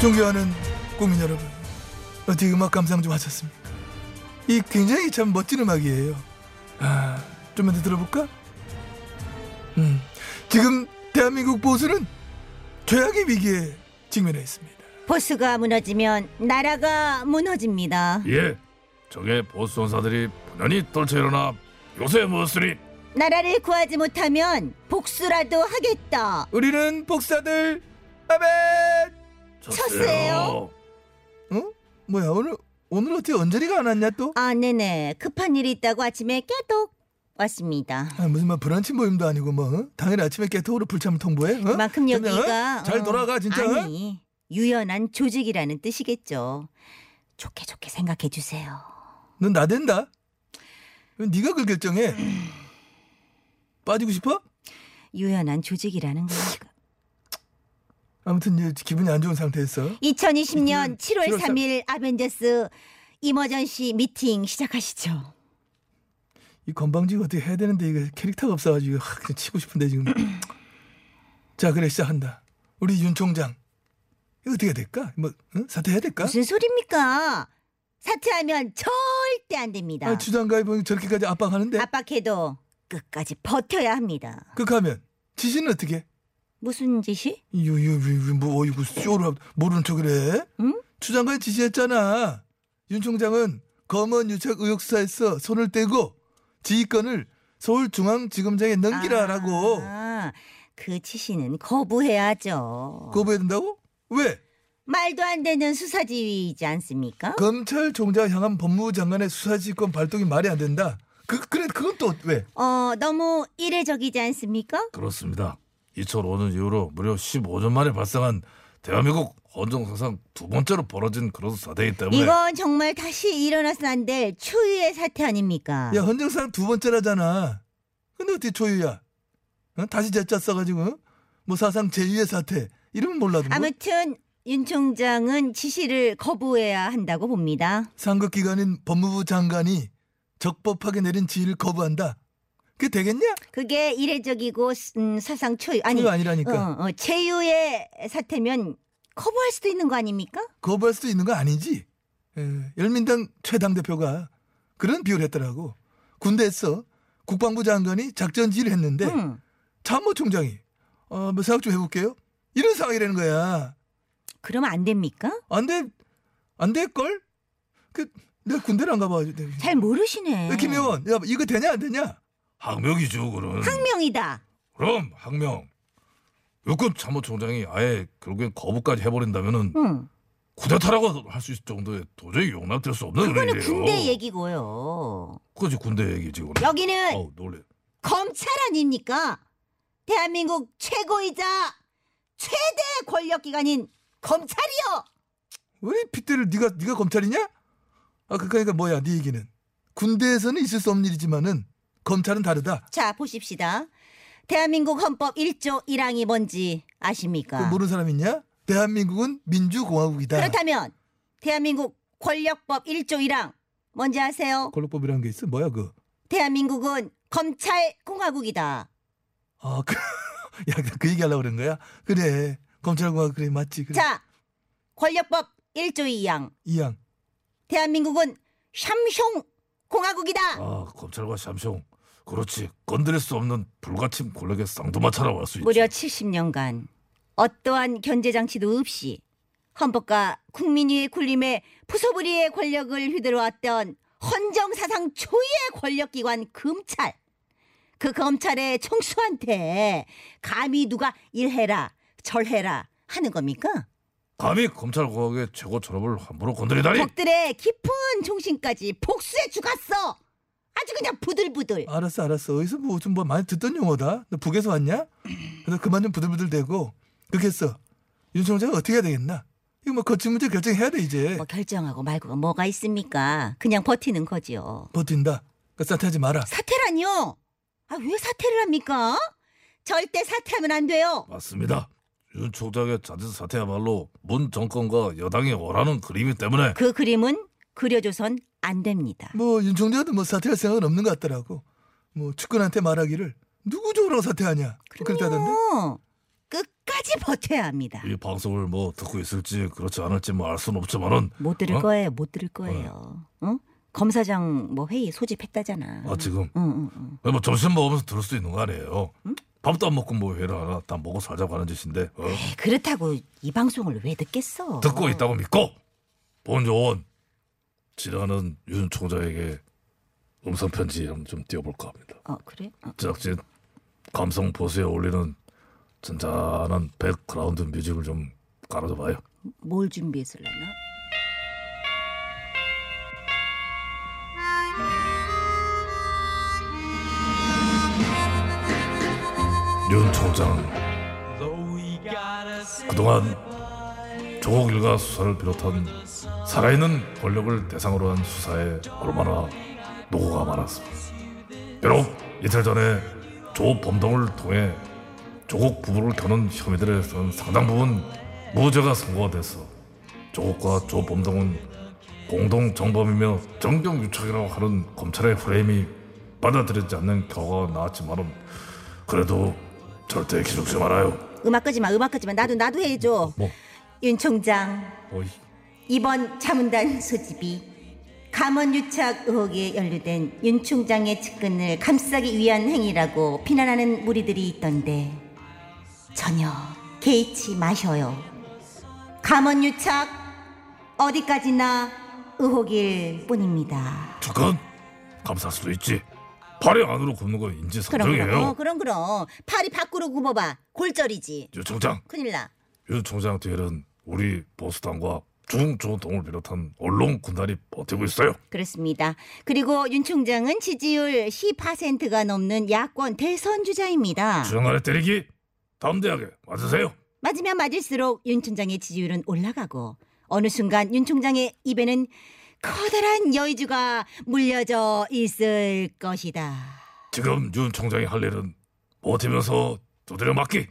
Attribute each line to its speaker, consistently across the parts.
Speaker 1: 존경하는 국민 여러분, 어떻게 음악 감상 좀 하셨습니까? 이 굉장히 참 멋진 음악이에요. 아, 좀만 더 들어볼까? 음, 지금 대한민국 보수는 최악의 위기에 직면해 있습니다.
Speaker 2: 보수가 무너지면 나라가 무너집니다.
Speaker 3: 예. 적의 보수 선사들이 분연히 떨쳐 일어나 요새 무엇으니
Speaker 2: 나라를 구하지 못하면 복수라도 하겠다.
Speaker 1: 우리는 복사들 아멘.
Speaker 2: 쳤어요?
Speaker 1: 어? 뭐야 오늘 오늘 어떻게 언저리가 안 왔냐 또?
Speaker 2: 아, 네네. 급한 일이 있다고 아침에 깨똑 왔습니다.
Speaker 1: 아, 무슨 막 브런치 모임도 아니고 뭐 어? 당일 아침에 깨톡으로 불참 통보해? 어?
Speaker 2: 그만큼
Speaker 1: 그냥, 어?
Speaker 2: 여기가
Speaker 1: 잘
Speaker 2: 어,
Speaker 1: 돌아가 진짜. 어?
Speaker 2: 아니 유연한 조직이라는 뜻이겠죠. 좋게 좋게 생각해 주세요.
Speaker 1: 넌 나댄다. 그럼 네가 그걸 결정해. 빠지고 싶어?
Speaker 2: 유연한 조직이라는 건
Speaker 1: 아무튼 이제 기분이 안 좋은 상태였어.
Speaker 2: 2020년
Speaker 1: 음,
Speaker 2: 7월
Speaker 1: 7월
Speaker 2: 3일 아벤져스 이머전시 미팅 시작하시죠.
Speaker 1: 네? 이 건방지게 어떻게 해야 되는데 이거 캐릭터가 없어가지고 하, 그냥 치고 싶은데 지금. 자 그래 시작한다. 우리 윤 총장 이거 어떻게 해야 될까? 뭐 응? 사퇴해야 될까?
Speaker 2: 무슨 소리입니까? 사퇴하면 절대 안 됩니다.
Speaker 1: 아, 주장 가입은 저렇게까지 압박하는데
Speaker 2: 압박해도 끝까지 버텨야 합니다.
Speaker 1: 그 가면 지시는 어떻게?
Speaker 2: 무슨 짓이?
Speaker 1: 유유유뭐 어이구 쇼를 모르는 척이래?
Speaker 2: 응?
Speaker 1: 추장관 지시했잖아. 윤 총장은 검언 유착 의혹 수사에서 손을 떼고 지휘권을 서울중앙지검장에 넘기라라고
Speaker 2: 아, 그 지시는 거부해야죠.
Speaker 1: 거부해야 된다고? 왜?
Speaker 2: 말도 안 되는 수사지휘이지 않습니까?
Speaker 1: 그 검찰총장 향한 법무부 장관의 수사지휘권 발동이 말이 안 된다. 그 그래 그건 또 왜?
Speaker 2: 어, 너무 이례적이지 않습니까?
Speaker 3: 그렇습니다. 2005년 이후로 무려 15년 만에 발생한 대한민국 헌정사상 두 번째로 벌어진 그런 사태이기 때문에
Speaker 2: 이건 정말 다시 일어나서 안 될 추위의 사태 아닙니까?
Speaker 1: 야 헌정사상 두 번째라잖아. 근데 어떻게 조유야? 어? 다시 제짜 써가지고 어? 뭐 사상 제2의 사태 이름은 몰라도 뭐?
Speaker 2: 아무튼 윤 총장은 지시를 거부해야 한다고 봅니다.
Speaker 1: 상급 기관인 법무부 장관이 적법하게 내린 지휘를 거부한다. 그게 되겠냐?
Speaker 2: 그게 이례적이고 음, 사상 초유 아니
Speaker 1: 그거 아니라니까.
Speaker 2: 어, 어, 최유의 사태면 거부할 수도 있는 거 아닙니까?
Speaker 1: 거부할 수도 있는 거 아니지. 에, 열민당 최당 대표가 그런 비유를 했더라고. 군대에서 국방부 장관이 작전 지휘를 했는데
Speaker 2: 음.
Speaker 1: 참모총장이 어, 뭐 생각 좀 해볼게요. 이런 상황이라는 거야.
Speaker 2: 그러면 안 됩니까?
Speaker 1: 안 돼, 안 될걸? 그, 내가 군대를 안 가봐가지고.
Speaker 2: 잘 모르시네.
Speaker 1: 김혜원 야, 이거 되냐, 안 되냐?
Speaker 3: 학명이죠 그런.
Speaker 2: 항명이다.
Speaker 3: 그럼 학명. 육군 참모총장이 아예 결국엔 거부까지 해버린다면은
Speaker 2: 응.
Speaker 3: 쿠데타라고 할 수 있을 정도의 도저히 용납될 수 없는
Speaker 2: 그거는
Speaker 3: 일이에요.
Speaker 2: 군대 얘기고요.
Speaker 3: 그지 군대 얘기지 그건.
Speaker 2: 여기는
Speaker 3: 어우 놀래.
Speaker 2: 검찰 아닙니까? 대한민국 최고이자 최대 권력기관인 검찰이요.
Speaker 1: 왜 핏대를 네가 네가 검찰이냐? 아 그- 그러니까 뭐야 네 얘기는 군대에서는 있을 수 없는 일이지만은 검찰은 다르다.
Speaker 2: 자 보십시다. 대한민국 헌법 1조 1항이 뭔지
Speaker 1: 그
Speaker 2: 아십니까?
Speaker 1: 모르는 사람 있냐? 대한민국은 민주공화국이다.
Speaker 2: 그렇다면 대한민국 권력법 1조 1항 뭔지 아세요?
Speaker 1: 권력법이라는 게 있어? 뭐야 그?
Speaker 2: 대한민국은 검찰 공화국이다.
Speaker 1: 아 그, 야그 얘기하려고 그런 거야? 그래 검찰공화국 그래 맞지? 그래.
Speaker 2: 자 권력법 1조 2항
Speaker 1: 이양
Speaker 2: 대한민국은 샴숑 공화국이다.
Speaker 3: 아 검찰과 샴숑. 그렇지 건드릴 수 없는 불가침 권력의 쌍두마차라고 할 수 있지.
Speaker 2: 무려 70년간 어떠한 견제 장치도 없이 헌법과 국민의 군림에 부소불위의 권력을 휘둘러왔던 헌정 사상 초유의 권력기관 검찰. 그 검찰의 총수한테 감히 누가 일해라 절해라 하는 겁니까?
Speaker 3: 감히 검찰 공학의 최고 졸업을 함부로 건드리다니
Speaker 2: 적들의 깊은 정신까지 복수해 죽었어. 아주 그냥 부들부들.
Speaker 1: 알았어 알았어 어디서 뭐 좀 뭐 많이 듣던 용어다 너 북에서 왔냐? 너 그만 좀 부들부들 대고 그렇게 했어 윤 총장은 어떻게 해야 되겠나? 이거 뭐 거친 문제 결정해야 돼 이제
Speaker 2: 뭐 결정하고 말고가 뭐가 있습니까? 그냥 버티는 거지요.
Speaker 1: 버틴다 그 사퇴하지 마라
Speaker 2: 사퇴라니요? 아, 왜 사퇴를 합니까? 절대 사퇴하면 안 돼요.
Speaker 3: 맞습니다. 윤 총장의 자진 사퇴야말로 문 정권과 여당이 원하는 그림이기 때문에
Speaker 2: 그 그림은 그려줘선 안 됩니다.
Speaker 1: 뭐 윤 총장도 뭐 사퇴할 생각은 없는 것 같더라고 뭐 측근한테 말하기를 누구 좋으라고 사퇴하냐 그랬다던데
Speaker 2: 어, 끝까지 버텨야 합니다.
Speaker 3: 이 방송을 뭐 듣고 있을지 그렇지 않을지 뭐 알 수는 없지만은
Speaker 2: 못 들을
Speaker 3: 어?
Speaker 2: 거예요. 못 들을 거예요. 어? 검사장 뭐 회의 소집했다잖아. 어,
Speaker 3: 아 지금
Speaker 2: 응, 응, 응.
Speaker 3: 뭐 점심 먹으면서 들을 수도 있는 거 아니에요. 밥도 안 먹고 뭐 회를 하나 다 먹어 살자고 하는 짓인데 어?
Speaker 2: 에이, 그렇다고 이 방송을 왜 듣겠어?
Speaker 3: 듣고 있다고 믿고 본 요원 지나가는 윤 총장에게 음성 편지 좀 띄워볼까 합니다.
Speaker 2: 어, 그래? 어.
Speaker 3: 제작진 감성 보수에 어울리는 잔잔한 백그라운드 뮤직을 좀 깔아줘봐요.
Speaker 2: 뭘 준비했을려나?
Speaker 3: 윤 총장 그동안 조국 일가 수사를 비롯한 살아있는 권력을 대상으로 한 수사에 얼마나 노고가 많았습니다. 비록 이틀 전에 조범동을 통해 조국 부부를 겨눈 혐의들에 대해서는 상당 부분 무죄가 선고가 돼서 조국과 조범동은 공동 정범이며 정경 유착이라고 하는 검찰의 프레임이 받아들이지 않는 결과가 나왔지만은 그래도 절대 기죽지 말아요.
Speaker 2: 음악 끄지 마, 음악 끄지 마. 나도 나도 해줘.
Speaker 3: 뭐,
Speaker 2: 윤 총장
Speaker 3: 어이,
Speaker 2: 이번 자문단 소집이 감원 유착 의혹에 연루된 윤 총장의 측근을 감싸기 위한 행위라고 비난하는 무리들이 있던데 전혀 개의치 마셔요. 감원 유착 어디까지나 의혹일 뿐입니다.
Speaker 3: 잠깐 감사할 수도 있지. 발이 안으로 굽는 건
Speaker 2: 그럼 그럼 어,
Speaker 3: 인지상정이에요.
Speaker 2: 그럼 그럼 팔이 밖으로 굽어봐 골절이지.
Speaker 3: 윤 총장,
Speaker 2: 큰일 나.
Speaker 3: 윤 총장 뒤에는 우리 보수당과 중조동을 비롯한 언론 군단이 버티고 있어요.
Speaker 2: 그렇습니다. 그리고 윤 총장은 지지율 10%가 넘는 야권 대선 주자입니다.
Speaker 3: 주장안에 때리기 담대하게 맞으세요.
Speaker 2: 맞으면 맞을수록 윤 총장의 지지율은 올라가고 어느 순간 윤 총장의 입에는 커다란 여의주가 물려져 있을 것이다.
Speaker 3: 지금 윤 총장이 할 일은 버티면서 두드려 맞기.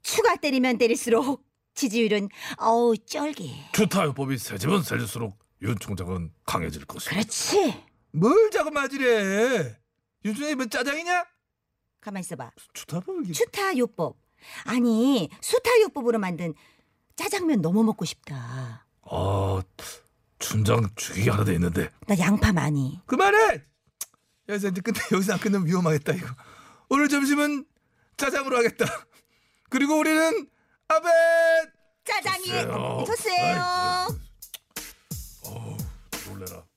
Speaker 2: 추가 때리면 때릴수록 지지율은 어우 쩔기.
Speaker 3: 추타요법이 세지면 세질수록 윤 총장은 강해질 것이다.
Speaker 2: 그렇지.
Speaker 1: 뭘 자꾸 맞으래 윤 총장이 뭐 짜장이냐?
Speaker 2: 가만 있어봐.
Speaker 1: 좋다고 이게
Speaker 2: 추타요법. 아니 수타요법으로 만든 짜장면 너무 먹고 싶다.
Speaker 3: 아, 춘장 죽이기 하나 돼 있는데
Speaker 2: 나 양파 많이.
Speaker 1: 그만해! 여기서 이제 끝내 여기서 안 끝내면 위험하겠다 이거. 오늘 점심은 짜장으로 하겠다. 그리고 우리는 아베
Speaker 2: 짜장이
Speaker 3: 좋세요.
Speaker 2: 좋세요.
Speaker 3: 놀래라.